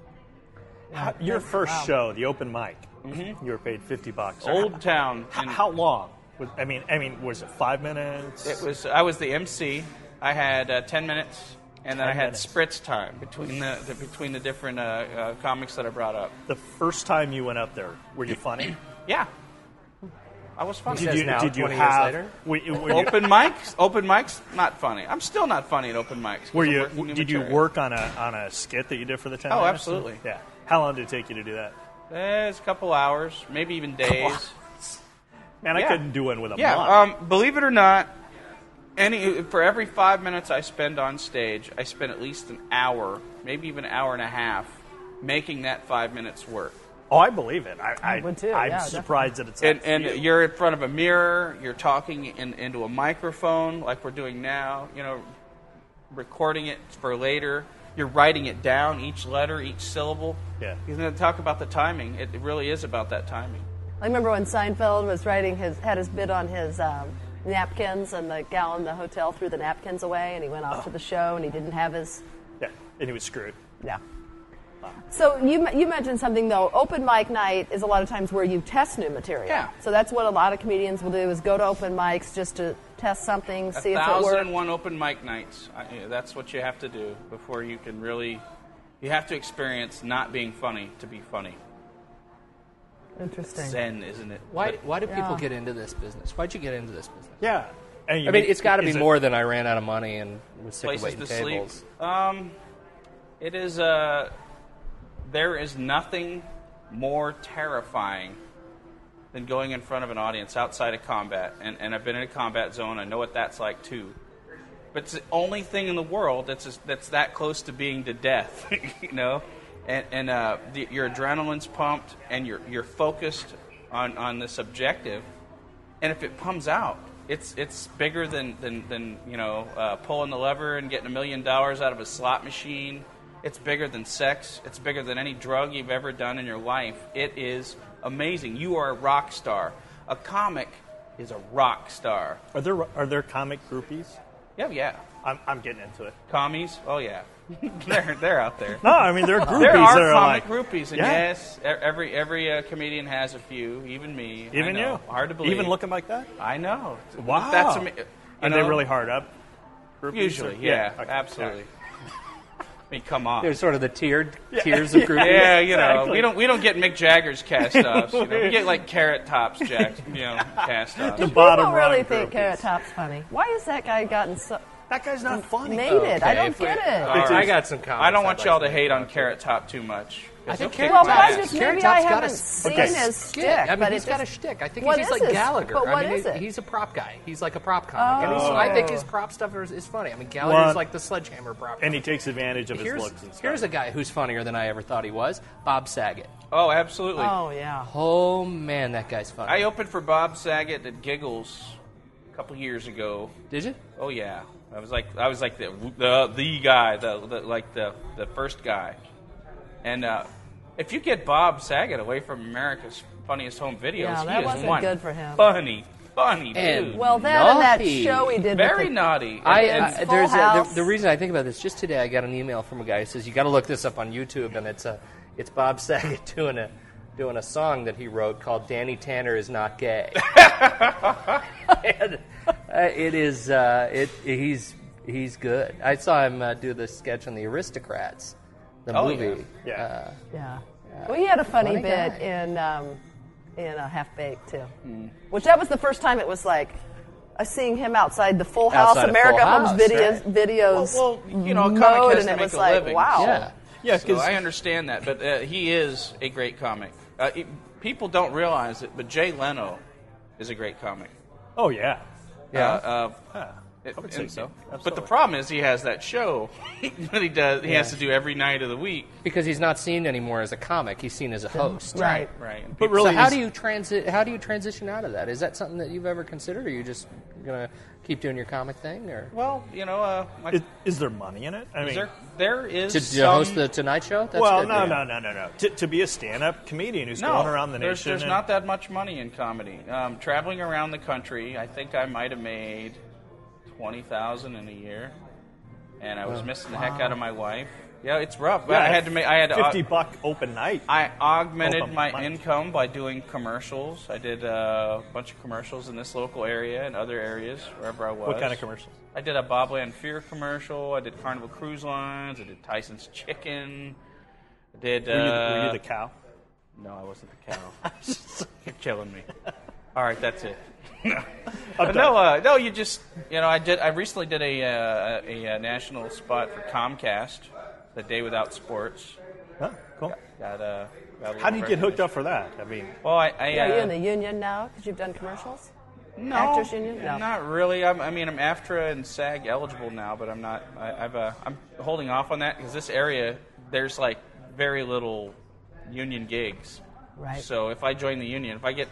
C: How- Your first show, the open mic, you were paid 50 bucks.
D: Old Town,
C: How,
D: and
C: how long? Was, I mean, I mean, was it five minutes?
D: it was I was the MC. I had uh, ten minutes, and
C: 10
D: then I had
C: minutes.
D: spritz time between the, the between the different uh, uh, comics that I brought up.
C: the first time you went up there, were you funny?
D: Yeah, I was funny.
A: Says
C: did you,
A: now,
C: did you
A: 20 years
C: have?
A: later.
C: Were, you- were you,
D: Open mics, open mics, not funny. I'm still not funny at open mics. 'cause
C: were
D: I'm
C: you-
D: working new
C: did you
D: material.
C: work on a on a skit that you did for the ten?
D: Oh,
C: minutes?
D: absolutely.
C: Yeah. How long did it take you to do that?
D: Eh, it's a couple hours, maybe even days.
C: Man, I
D: Yeah.
C: couldn't do one with a
D: Yeah,
C: month.
D: um, believe it or not, any for every five minutes I spend on stage, I spend at least an hour, maybe even an hour and a half, making that five minutes work.
C: oh, I believe it. I, I,
B: would too,
C: I'm
B: yeah,
C: surprised that it's.
D: And,
C: not
D: and
C: you.
D: you're in front of a mirror, you're talking in, into a microphone like we're doing now, you know, recording it for later. You're writing it down, each letter, each syllable.
C: Yeah.
D: You're going to talk about the timing. It really is about that timing.
B: I remember when Seinfeld was writing his had his bid on his um, napkins, and the gal in the hotel threw the napkins away, and he went
D: Oh.
B: off to the show, and he didn't have his
C: yeah, and he was screwed.
B: yeah. So you m- you mentioned something though. Open mic night is a lot of times where you test new material.
D: Yeah.
B: So that's what a lot of comedians will do is go to open mics just to test something, see if it
D: thousand
B: works.
D: and one open mic nights. I, yeah, that's what you have to do before you can really. You have to experience not being funny to be funny.
B: Interesting.
D: Zen, isn't it?
A: Why, why do people
B: Yeah.
A: get into this business? Why'd you get into this business?
C: Yeah. And you
A: I mean, it's got to be
C: is it-
A: more than I ran out of money and was sick of
D: places
A: waiting
D: to
A: tables.
D: sleep? Um, it is. Uh, there is nothing more terrifying than going in front of an audience outside of combat, and, and I've been in a combat zone. I know what that's like too. but it's the only thing in the world that's as that's that close to being to death, you know. And, and uh, the, your adrenaline's pumped, and you're you're focused on, on this objective, and if it comes out, it's it's bigger than than, than you know uh, pulling the lever and getting a million dollars out of a slot machine. It's bigger than sex. It's bigger than any drug you've ever done in your life. It is amazing. You are a rock star. A comic is a rock star.
C: Are there are there comic groupies?
D: Yeah, yeah.
C: I'm, I'm getting into it.
D: Commies? Oh yeah. they're they're out there.
C: No, I mean there are groupies
D: There
C: that
D: are
C: are like
D: comic groupies, and
C: Yeah.
D: yes, e- every every uh, comedian has a few. Even me. I
C: even
D: know.
C: you.
D: Hard to believe.
C: Even looking like that.
D: I know.
C: Wow.
D: That's ama- you
C: Are
D: know?
C: they really hard up? Groupies
D: Usually,
C: or-
D: yeah,
C: okay,
D: absolutely.
C: yeah.
D: I mean, come on.
A: There's sort of the tiered tiers of groupies.
D: yeah, you know,
C: Exactly.
D: we don't we don't get Mick Jagger's cast offs. You know? We get like carrot tops, Jack, you know, cast offs.
C: The bottom
B: People really
C: rung
B: think
C: groupies.
B: Carrot Top's funny. Why has that guy gotten so
C: That guy's not funny.
B: made
C: though.
B: it? I
D: Okay,
B: don't
D: if we-
B: get
D: all
B: it.
D: right.
A: I got some comments.
D: I don't
A: I'd
D: want
A: like
D: y'all
A: to
D: to hate on
A: talk
D: Carrot Top too much.
A: I think
D: They'll
A: Carrot
D: kick
B: Well,
A: Top's
D: my
B: I
A: Top's
D: ass.
B: just
A: Carrot
B: maybe
A: Top's
B: I
A: got a
B: haven't
A: s-
B: seen
C: okay.
B: his
A: Shit.
B: stick,
A: I mean,
B: but
A: he's
B: it
A: got a
B: just-
A: shtick. I think
B: What
A: he's
B: is
A: like
B: it?
A: Gallagher.
B: But what
A: I mean,
B: is
A: he-
B: it?
A: he's a prop guy. He's like a prop comic, and he's,
B: Oh.
A: I think his prop stuff is, is funny. I mean, Gallagher's
C: Well,
A: like the sledgehammer prop.
C: And he takes advantage of his
A: here's,
C: looks and stuff.
A: here's a guy who's funnier than I ever thought he was. Bob Saget.
D: Oh, absolutely.
B: Oh yeah.
A: Oh man, that guy's funny.
D: I opened for Bob Saget at Giggles a couple years ago.
A: Did you?
D: Oh yeah, I was like I was like the the, the guy, the, the like the the first guy. And uh, if you get Bob Saget away from America's funniest home videos,
B: Yeah,
D: he
B: that
D: is
B: wasn't
D: one
B: good for him.
D: Funny, funny
A: And-
D: dude.
B: Well, that and that
A: Naughty.
B: show we did.
D: very
B: with the,
D: naughty.
A: I,
D: And-
A: uh,
D: and-
B: Full
A: there's a,
B: House.
A: the, the reason I think about this. Just today, I got an email from a guy who says you got to look this up on YouTube, and it's a, it's Bob Saget doing a, doing a song that he wrote called "Danny Tanner is Not Gay." and, uh, it is, uh, it he's he's good. I saw him uh, do the sketch on the Aristocrats, the
D: Oh,
A: movie.
C: yeah.
A: Uh,
B: Yeah. Well, he had a funny,
A: Funny
B: bit
A: guy.
B: in um, in a half baked too,
D: Mm.
B: which that was the first time it was like. I seeing him outside the Full House
A: Outside of Full
B: America Homes
A: House,
B: videos, videos
D: well, you know, a comic
B: mode,
D: has
B: and
D: to
B: it
D: make
B: was
D: a
B: like,
D: living,
B: wow,
A: Yeah.
C: yeah,
D: So
C: because
D: I understand that, but uh, he is a great comic. Uh, it- people don't realize it, but Jay Leno is a great comic.
C: oh yeah,
A: Yeah.
D: Uh, uh,
C: yeah.
D: it-
C: I would
D: and
C: say
D: so- but the
C: absolutely.
D: problem is he has that show that he does. He has to do every night of the week.
A: because he's not seen anymore as a comic. He's seen as a host.
B: right?
D: Right. And
C: But
D: people-
A: So
C: really,
A: how
C: he's-
A: do you transit? How do you transition out of that? Is that something that you've ever considered? Or are you just gonna keep doing your comic thing, or
D: well, you know, uh, my,
C: Is, is there money in it? I mean,
D: there there is
A: to, to
D: some,
A: host the Tonight Show? That's
C: well,
A: good,
C: no,
A: yeah.
C: no, no, no, no. To, to be a stand-up comedian who's
D: no,
C: going around the
D: there's,
C: nation.
D: There's
C: and-
D: not that much money in comedy. Um, traveling around the country, I think I might have made twenty thousand in a year, and I was missing the heck out of my wife. Yeah, it's rough. But
C: Yeah,
D: I had to make. I had to.
C: fifty buck open night.
D: I augmented
C: Open
D: my
C: mic.
D: income by doing commercials. I did uh, a bunch of commercials in this local area and other areas wherever I was.
C: what kind of commercials?
D: I did a Bobland Fear commercial. I did Carnival Cruise Lines. I did Tyson's Chicken. I did. Uh,
C: Were you, the, were you the cow?
D: no, I wasn't the cow. You're killing me. All right, that's it. no,
C: I'm
D: no,
C: done.
D: uh, no. You just, you know, I did. I recently did a uh, a, a national spot for Comcast, the Day Without Sports.
C: Huh? Cool.
D: Got, uh, got a
C: How do you
D: little
C: get hooked
D: recognition.
C: up for that? I mean,
D: Well, I, I
B: Are you
D: uh,
B: in the union now because you've done commercials?
D: No,
B: Actors Union? No.
D: not really. I'm, I mean, I'm AFTRA and SAG eligible now, but I'm not. I, I've uh, I'm holding off on that because this area there's like very little union gigs.
B: Right.
D: So if I join the union, if I get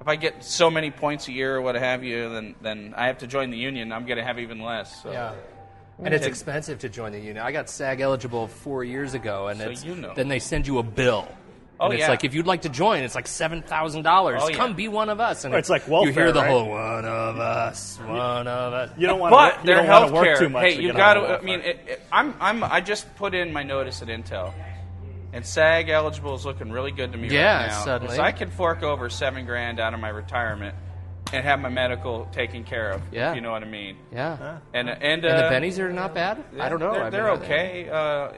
D: if I get so many points a year or what have you, then then I have to join the union. I'm going to have even less. So.
A: Yeah. And it's expensive to join the union. I got SAG eligible four years ago, and
D: So
A: it's,
D: you know.
A: then they send you a bill.
D: Oh,
A: and it's
D: yeah.
A: like if you'd like to join, it's like seven thousand dollars.
D: Oh, yeah.
A: Come be one of us. And
C: Or it's like welfare,
A: You hear the
C: right?
A: whole one of us, one of us.
C: you don't want
D: But
C: to.
D: their
C: don't want to
D: health
C: work too
D: care.
C: much.
D: Hey, you
C: get
D: got
C: on
D: to. I
C: welfare.
D: mean, it, it, I'm. I'm. I just put in my notice at Intel, and SAG eligible is looking really good to me
A: Yeah,
D: right now.
A: suddenly.
D: so I can fork over seven grand out of my retirement and have my medical taken care of.
A: Yeah.
D: if you know what I mean.
A: Yeah.
D: And and, uh,
A: And the Bennies are not bad. I don't know.
D: They're,
A: I mean,
D: they're
A: are they?
D: okay. Uh,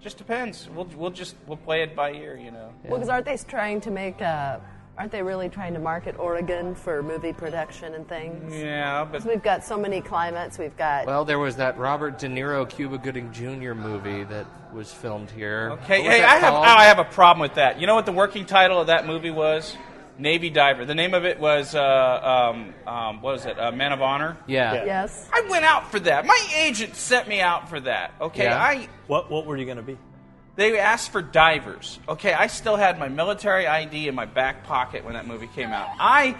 D: just depends. We'll we'll just we'll play it by ear. You know.
B: Well, because aren't they trying to make? Uh, aren't they really trying to market Oregon for movie production and things?
D: Yeah, but
B: 'Cause We've got so many climates. We've got
A: Well, there was that Robert De Niro Cuba Gooding Jr. movie that was filmed here.
D: Okay,
A: What was
D: hey,
A: that
D: I have, oh,
A: called?
D: I have a problem with that. You know what the working title of that movie was? Navy diver. The name of it was, uh, um, um, what was it, uh, Men of Honor?
A: Yeah.
C: Yeah.
B: Yes.
D: I went out for that. My agent sent me out for that. Okay,
A: Yeah.
D: I
C: What what were you going to be?
D: they asked for divers. Okay, I still had my military ID in my back pocket when that movie came out. I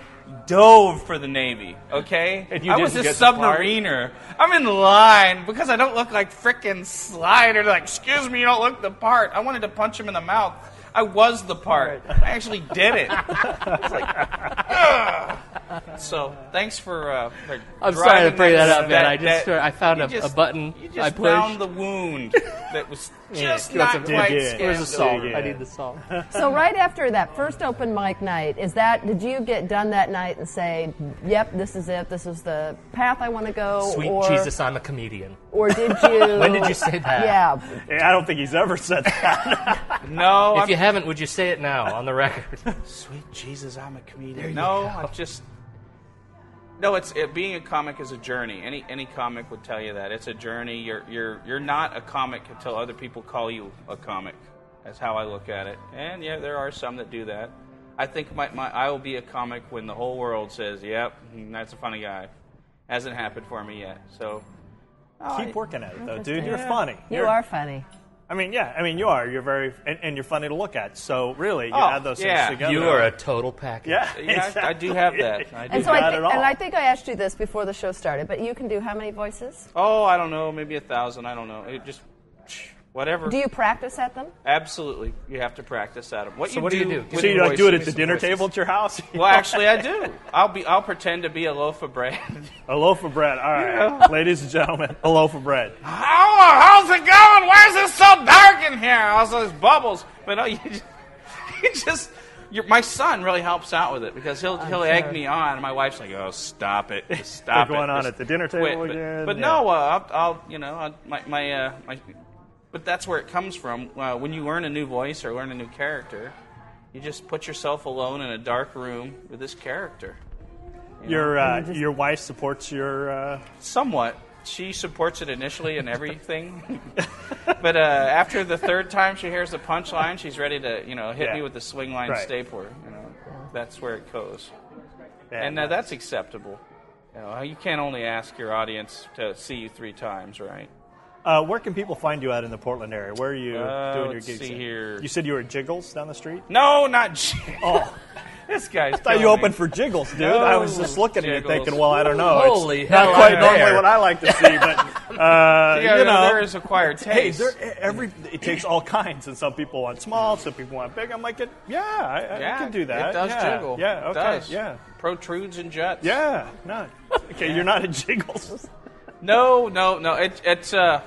D: dove for the Navy. Okay,
C: And you
D: I was a
C: didn't get the part?
D: submariner. I'm in line because I don't look like frickin' Slider. Like, excuse me, you don't look the part. I wanted to punch him in the mouth. I was the part. I actually did it. It's like, ugh. so thanks for. Uh, for
A: I'm sorry to
D: driving
A: bring that up, man.
D: that-
A: I just
D: that-
A: I found
D: you
A: a,
D: just-
A: a button.
D: You
A: I
D: just
A: pushed.
D: found the wound that was just
A: you
D: not
A: want some-
D: quite
C: Dig in.
D: scanned.
A: Here's a song.
C: Yeah.
A: I need the song.
B: So right after that first open mic night, is that did you get done that night and say, "Yep, this is it. This is the path I want to go,"
A: Sweet
B: or
A: Jesus, I'm a comedian.
B: or did you?
A: When did you say that?
B: Yeah.
C: I don't think he's ever said that.
D: No,
A: If
D: I'm,
A: you haven't, would you say it now on the record?
D: sweet Jesus, I'm a comedian. No, I'm just. No, it's it, being a comic is a journey. Any any comic would tell you that it's a journey. You're you're you're not a comic until other people call you a comic. That's how I look at it. And yeah, there are some that do that. I think my, my I will be a comic when the whole world says, "Yep, mm, that's a funny guy." Hasn't happened for me yet. So I-
C: Keep working at it though, dude. You're
B: Yeah.
C: funny.
B: You
C: You're-
B: are funny.
C: I mean, yeah. I mean, you are. You're very, and, and you're funny to look at. So really, you
D: Oh,
C: add those
D: yeah.
C: things together.
A: You are a total package.
C: yeah.
D: Yeah, I, I
C: exactly.
D: do have that. I do.
B: And so
C: got
B: I
C: it
B: thi-
C: all.
B: and I think I asked you this before the show started, but you can do how many voices?
D: oh, I don't know, maybe a thousand. I don't know. It just whatever.
B: Do you practice at them?
D: Absolutely, you have to practice at them. What
A: So
D: you
A: what do
D: do
A: you do?
D: with
C: So you like do it at
D: voices-
C: the dinner table at your house?
D: Well, actually, I do. I'll be. I'll pretend to be a loaf of bread.
C: a loaf of bread. All right, ladies and gentlemen, a loaf of bread.
D: how's it going? Why is it so dark in here? All those bubbles. But no, you just, you just you're, my son really helps out with it because he'll he'll egg
B: sure.
D: me on. And my wife's like, "Oh, stop it, Just
C: They're
D: stop
C: going
D: it."
C: on
D: Just
C: at the dinner table
D: quit." But-
C: again.
D: But, no, uh, I'll, I'll you know I'll, my my uh, my. But that's where it comes from. Uh, when you learn a new voice or learn a new character, you just put yourself alone in a dark room with this character.
C: your uh, your wife supports your. Uh,
D: Somewhat. She supports it initially and everything. but uh, after the third time she hears the punchline, she's ready to, you know, hit
C: Yeah.
D: me with the swing line
C: Right.
D: stapler. You know, that's where it goes.
C: yeah.
D: And uh, that's acceptable. You, know, you can't only ask your audience to see you three times, right?
C: Uh, where can people find you out in the Portland area? Where are you
D: Uh,
C: doing your
D: let's
C: gigs?
D: see
C: at?
D: here.
C: You said you were at Jiggles down the street.
D: No, not Jim.
C: Oh,
D: this guy's.
C: thought you opened for Jiggles, dude. I was just looking at you,
D: Jiggles.
C: thinking, well, I don't know. It's
A: Holy hell!
C: not quite
A: I'm
C: normally
A: there.
C: what I like to see, but uh,
D: Yeah,
C: you know,
D: there is acquired
C: hey,
D: taste.
C: there, e, every it takes all kinds, and some people want small, some people want big. I'm like, it, yeah, I,
D: yeah,
C: I can do that.
D: It does
C: yeah,
D: jiggle.
C: Yeah,
D: It
C: okay,
D: does.
C: yeah,
D: Protrudes and juts.
C: yeah. No, okay, you're not at Jiggles.
D: No, no, no. It, it's uh,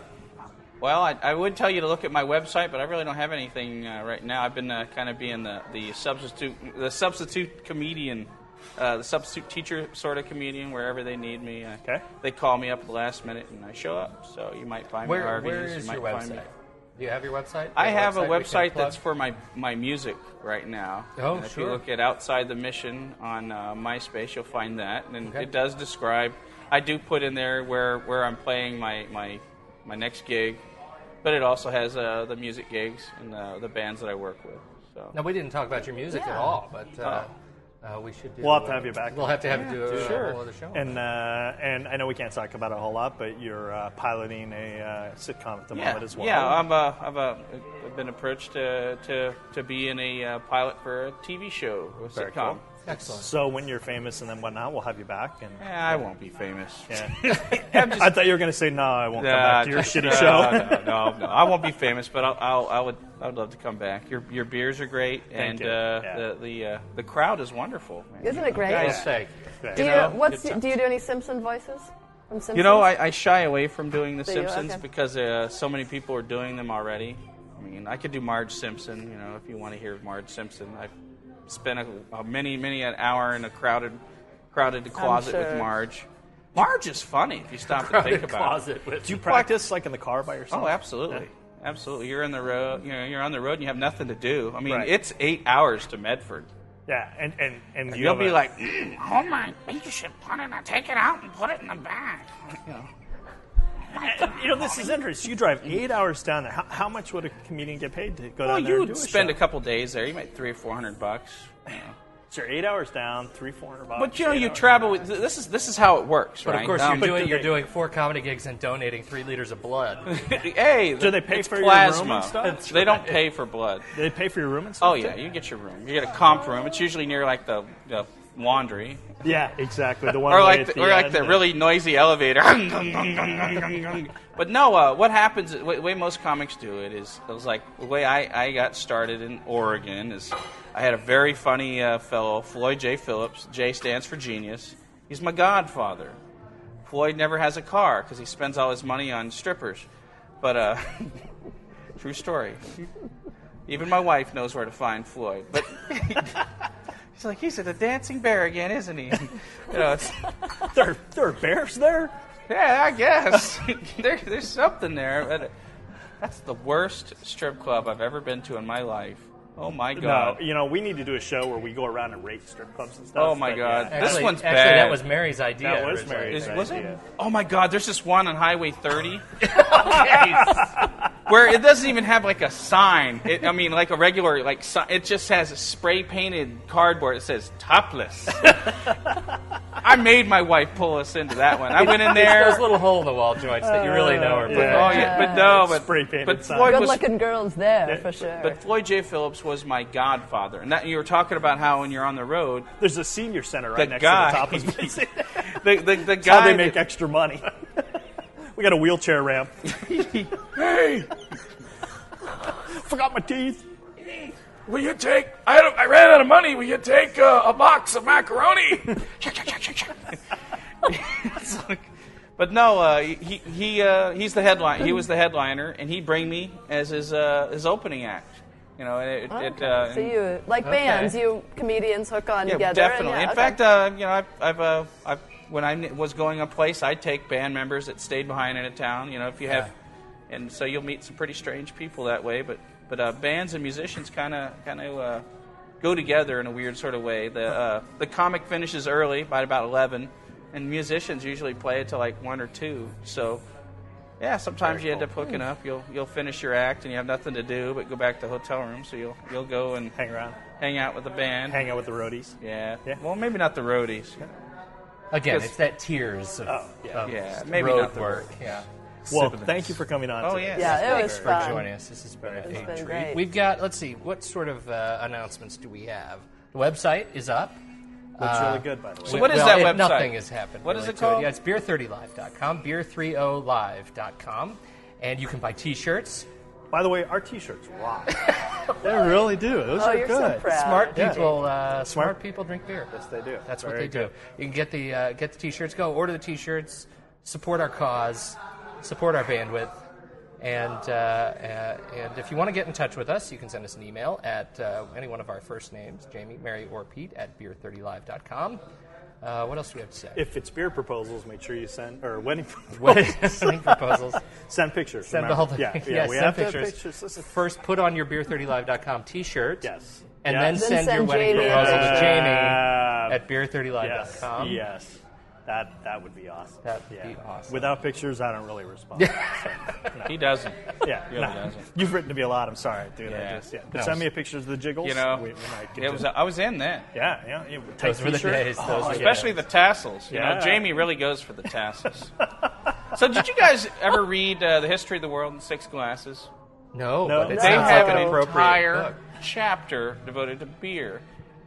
D: well, I, I would tell you to look at my website, but I really don't have anything uh, right now. I've been uh, kind of being the, the substitute, the substitute comedian, uh, the substitute teacher sort of comedian wherever they need me. I,
C: Okay.
D: They call me up at the last minute, and I show up. So you might find me.
A: Where,
D: at
A: where
D: RVs,
A: is
D: you
A: your
D: might find
A: website?
D: me-
A: Do you have your website?
D: I
A: Your
D: have a
A: we can
D: website
A: plug?
D: that's for my, my music right now.
A: Oh,
D: and if you
A: sure.
D: look at Outside the Mission on uh, MySpace, you'll find that. And
A: Okay.
D: it does describe, I do put in there where, where I'm playing my, my, my next gig, but it also has uh, the music gigs and the, the bands that I work with. So.
A: Now we didn't talk about your music at
B: Yeah.
A: all, but uh, uh, we should. Do,
C: We'll have to
A: uh,
C: have you back.
A: We'll have to have you do a,
D: sure.
A: whole other show.
C: And uh, and I know we can't talk about it a whole lot, but you're uh, piloting a uh, sitcom at the
D: Yeah,
C: moment as well.
D: yeah. I'm a, I've, a, I've been approached to, to, to be in a uh, pilot for a TV show, a
C: Very
D: sitcom.
C: cool.
A: Excellent.
C: So when you're famous and then whatnot, we'll have you back. And
D: Eh, I won't be famous.
C: yeah.
D: I'm just
C: I thought you were going to say no. I won't come
D: Nah,
C: back to your
D: just-
C: shitty
D: no,
C: show.
D: No, no, no, I won't be famous, but I'll, I'll, I would, I would love to come back. Your, your beers are great, and
C: you.
D: Uh,
C: Yeah.
D: the, the, uh, the crowd is wonderful. man.
B: Isn't it great?
A: Yes,
D: Guys,
A: thank you.
B: Do you,
D: know,
B: what's
D: good
B: do you do any Simpson voices? From Simpsons?
D: You know, I, I shy away from doing The
B: Do you?
D: Simpsons
B: Okay.
D: because uh, so many people are doing them already. I mean, I could do Marge Simpson. You know, if you want to hear Marge Simpson, I've spent a, a many, many an hour in a crowded, crowded closet
B: sure.
D: with Marge. Marge is funny if you stop to think
A: Crowded
D: about it.
A: closet with
C: Do you practice like in the car by yourself?
D: Oh, absolutely, absolutely. You're in the road. You know, you're on the road and you have nothing to do. I mean,
C: Right.
D: it's eight hours to Medford.
C: Yeah, and and and, you
D: Oh. You'll
C: have
D: be
C: a-
D: like, mm, oh my, you should put it. Now take it out and put it in the bag. You know.
C: you know, this is interesting. You drive eight hours down there. How, how much would a comedian get paid to go
D: Well,
C: down there?
D: you
C: and do
D: would spend
C: a,
D: a
C: show?
D: couple days there. You might three or four hundred bucks. you know.
C: So you're eight hours down, three, four hundred bucks.
D: But you know,
C: eight
D: you
C: hours
D: travel.
C: down.
D: With, this is this is how it works,
A: But
D: right?
A: of course,
D: Um,
A: you're
C: but
A: doing
C: do
A: you're
C: they-
A: doing four comedy gigs and donating three liters of blood.
D: hey,
C: Do they pay
D: it's
C: for your room and
D: plasma.
C: stuff? That's
D: They don't pay for blood.
C: They pay for your room and stuff.
D: Oh yeah, you get your room. You get a comp room. It's usually near like the, the laundry,
C: yeah, exactly. The one
D: or
C: way
D: like
C: at
D: the,
C: the
D: or like
C: end
D: the
C: and-
D: really noisy elevator. but no, uh, what happens? The way, way most comics do it is it was like the way I, I got started in Oregon is I had a very funny uh, fellow Floyd J Phillips. J stands for genius. He's my godfather. Floyd never has a car because he spends all his money on strippers. But uh, true story. Even my wife knows where to find Floyd. But he's like, he's at the dancing bear again, isn't he? You know, it's,
C: there, there are bears there.
D: yeah, I guess there, there's something there. But that's the worst strip club I've ever been to in my life. Oh my god.
C: No, you know we need to do a show where we go around and rate strip clubs and stuff.
D: Oh, my
C: but
D: God.
C: yeah.
D: This
A: Actually-
D: one's
A: actually,
D: bad.
A: that was Mary's idea.
C: That was
A: originally.
C: Mary's
D: Is- was it?
C: idea.
D: Oh my God! There's this one on Highway 30 where it doesn't even have like a sign. It, I mean, like a regular like si- it just has a spray painted cardboard that says "topless." I made my wife pull us into that one. I went in there.
A: Those little hole in the wall joints that you really know are.
C: Yeah.
A: perfect.
D: Oh yeah, but no, but
C: Spray-painted
D: but
C: sign.
D: Floyd
C: Good
D: was
B: Good-looking girls there for sure.
D: But Floyd J. Phillips was my godfather, and that you were talking about how when you're on the road,
C: There's a senior center right
D: The
C: next
D: guy-
C: to the top of the
D: the the, the
C: How
D: guy
C: they make
D: that-
C: extra money. we got a wheelchair ramp. hey, forgot my teeth.
E: Will you take? I, don't- I ran out of money. Will you take uh, a box of macaroni?
D: it's like- but no, uh, he he uh, he's the headline. He was the headliner, and he'd bring me as his uh, his opening act. You know, and it, it uh,
B: so you like bands, you comedians hook on
D: yeah,
B: together. and
D: definitely.
B: yeah,
D: In
B: okay.
D: fact, uh, you know, I've, I've, uh, I've when I was going a place, I'd take band members that stayed behind in a town. You know, if you have, and so you'll meet some pretty strange people that way. But but uh, bands and musicians kind of kind of uh, go together in a weird sort of way. The uh, the comic finishes early, by about eleven, and musicians usually play it till like one or two. So. Yeah, sometimes you end up hooking up. You'll you'll finish your act and you have nothing to do but go back to the hotel room. So you'll you'll go and
C: Hang around,
D: hang out with the band.
C: hang out with the roadies.
D: Yeah.
C: Yeah.
D: Well, maybe not the roadies.
A: Again,
D: 'Cause-
A: it's that tears of,
C: Oh, yeah.
A: of
D: Yeah, maybe
A: road
D: not the
A: work. Yeah.
C: Well,
D: Siblings.
C: thank you for coming on.
D: Oh
C: today.
D: yeah.
B: yeah, it was
A: for
B: fun.
A: joining us. This has been a
B: Um, been
A: treat.
B: great.
A: We've got, let's see, what sort of uh, announcements do we have? The website is up.
C: Looks
A: Uh,
C: really good, by the way.
D: So what is
A: well,
D: that
A: it-
D: website?
A: Nothing has happened.
D: What is
A: really
D: it
A: to
D: called?
A: Yeah, it's beer30live.com, beer30live.com, and you can buy T-shirts.
C: By the way, our T-shirts rock. they really do. Those
B: oh,
C: are
B: you're so
C: good.
B: proud.
A: Smart
C: Yeah.
A: people, uh, smart. people drink beer.
C: Yes, they do.
A: That's what they
C: Very
A: do.
C: good.
A: You can get the uh, get the T-shirts. Go order the T-shirts. Support our cause. Support our bandwidth. And uh, uh, and if you want to get in touch with us, you can send us an email at uh, any one of our first names, Jamie, Mary, or Pete at beer30live.com. Uh, what else do we have to say?
C: If it's beer proposals, make sure you send or wedding
A: Wedding proposals.
C: send pictures.
A: Send
C: remember.
A: the whole thing.
C: Yeah, yeah. we
A: send
C: have to have
A: pictures.
C: pictures. This is
A: First, put on your beer30live.com T-shirt.
C: Yes.
A: And
C: Yeah.
A: then,
C: Then
A: send, your
B: send
A: wedding
B: Jamie.
A: proposal to Jamie
C: Uh,
A: at
C: yes,
A: beer30live.com.
C: yes. That that would be awesome.
A: That'd be awesome.
C: Without pictures, I don't really respond. so,
D: He doesn't.
C: yeah,
D: Really doesn't.
C: you've written to me a lot. I'm sorry, dude. I
D: Yeah.
C: just yeah. But
A: No.
C: send me a picture of the jiggles.
D: You know,
C: we, we might get
D: it
C: to
D: was. I was in that.
C: yeah, yeah. yeah, tight
A: Those were the
C: t-shirt. Oh,
A: days. Those were the
D: Especially
A: days.
D: the tassels. You
C: Yeah.
D: know, Jamie really goes for the tassels. so, did you guys ever read uh, the history of the world in six glasses?
A: No,
C: No.
A: but it
C: They
D: They
A: sounds
D: have
A: like an
D: an
A: appropriate
D: entire
A: book.
D: chapter devoted to beer,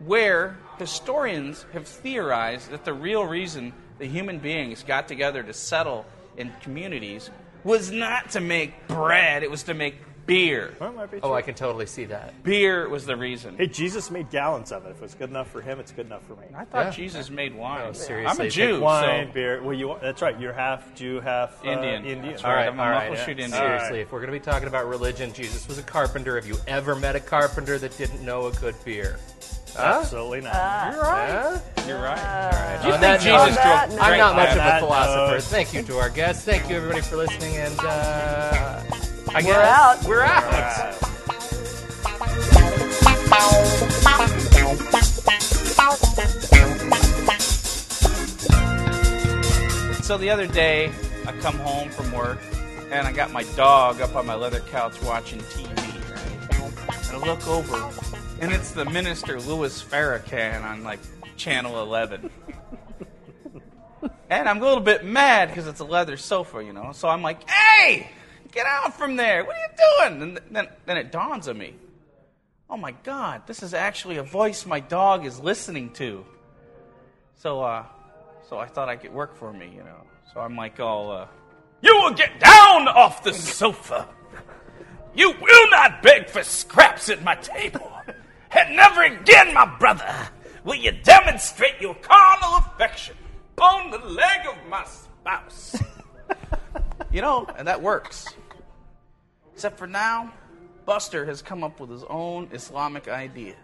D: where historians have theorized that the real reason the human beings got together to settle in communities was not to make bread; it was to make beer.
C: That might be
A: Oh,
C: true.
A: I can totally see that.
D: Beer was the reason.
C: Hey, Jesus made gallons of it. If it's good enough for him, it's good enough for me.
D: I thought
A: Yeah.
D: Jesus made wine.
A: No, seriously,
D: I'm a
A: take
D: Jew,
C: Wine,
D: so
C: beer. Well, you. are- That's right. You're half Jew, half uh,
D: Indian.
C: Indian.
D: That's right.
A: All
D: I'm a
A: right,
D: muffle shoot
A: yeah.
D: Indian.
A: Seriously, if we're going to be talking about religion, Jesus was a carpenter. Have you ever met a carpenter that didn't know a good beer?
C: Absolutely not.
A: You're right.
D: you're right.
A: Huh?
D: Do you
A: Uh, On
D: think
A: that
D: Jesus
A: note,
B: that
D: drove?
B: note-
A: I'm not much of
D: that?
A: a
C: that
A: philosopher.
C: note.
A: Thank you to our guests. Thank you, everybody, for listening. And uh, I
B: We're out.
D: We're out. So the other day, I come home from work and I got my dog up on my leather couch watching TV. right? I look over, and it's the minister Louis Farrakhan on like Channel 11. and I'm a little bit mad because it's a leather sofa, you know. So I'm like, "Hey, get out from there! What are you doing?" And th- then then it dawns on me, "Oh my God, this is actually a voice my dog is listening to." So uh, so I thought I could work for me, you know. So I'm like, all uh, "You will get down off the sofa." You will not beg for scraps at my table. And never again, my brother, will you demonstrate your carnal affection on the leg of my spouse. you know, and that works. Except for now, Buster has come up with his own Islamic ideas.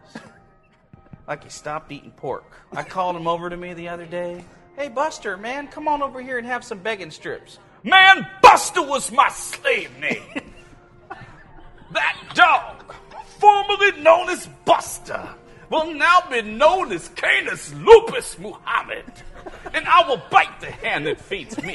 D: Like he stopped eating pork. I called him over to me the other day. Hey, Buster, man, come on over here and have some begging strips. Man, Buster was my slave name. That dog, formerly known as Buster, will now be known as Canis Lupus Muhammad, and I will bite the hand that feeds me.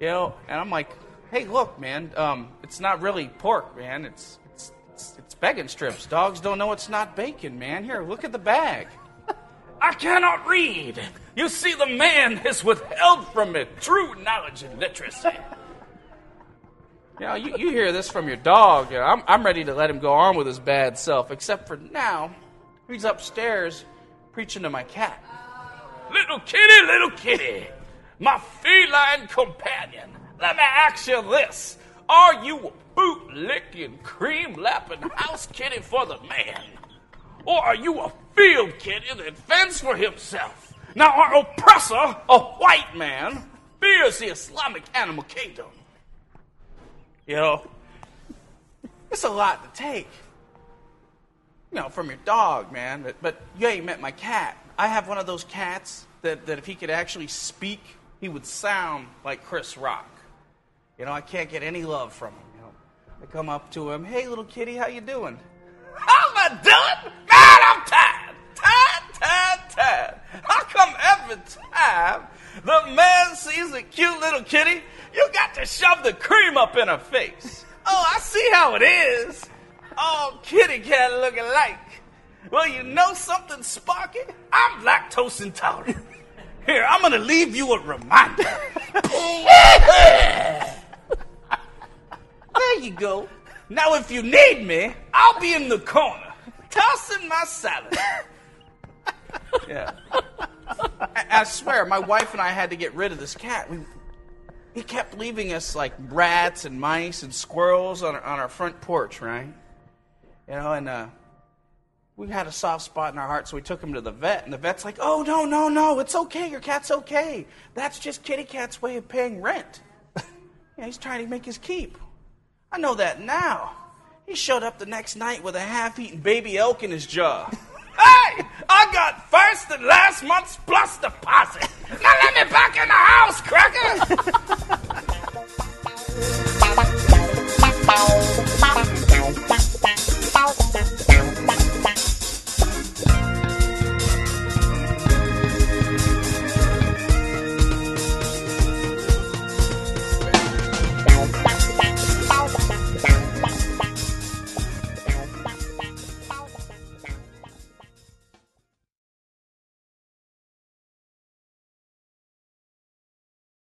D: you know, and I'm like, hey, look, man, um, it's not really pork, man. It's it's it's, it's bacon strips. Dogs don't know it's not bacon, man. Here, look at the bag. I cannot read. You see, the man has withheld from it true knowledge and literacy. You know, you, you hear this from your dog. You know, I'm, I'm ready to let him go on with his bad self, except for now, he's upstairs preaching to my cat. Little kitty, little kitty, my feline companion, let me ask you this. Are you a boot licking, cream lapping house kitty for the man? Or are you a field kitty that fends for himself? Now, our oppressor, a white man, fears the Islamic animal kingdom. You know, it's a lot to take. You know, from your dog, man. But, but you ain't met my cat. I have one of those cats that, that if he could actually speak, he would sound like Chris Rock. You know, I can't get any love from him. You know, I come up to him, hey little kitty, how you doing? How am I doing? Man, I'm tired. Tired, tired, tired. How come every time the man sees a cute little kitty, you got to shove the cream up in her face? Oh, I see how it is. All kitty cat looking like. Well, you know something, Sparky? I'm lactose intolerant. Here, I'm gonna leave you a reminder. There you go. Now, if you need me, I'll be in the corner tossing my salad. yeah. I, I swear, my wife and I had to get rid of this cat. We, he kept leaving us like rats and mice and squirrels on our, on our front porch, right? You know, and uh, we had a soft spot in our heart, so we took him to the vet, and the vet's like, "Oh no, no, no, it's okay. Your cat's okay. That's just kitty cat's way of paying rent. you know, he's trying to make his keep." I know that now. He showed up the next night with a half eaten baby elk in his jaw. hey! I got first and last month's plus deposit. Now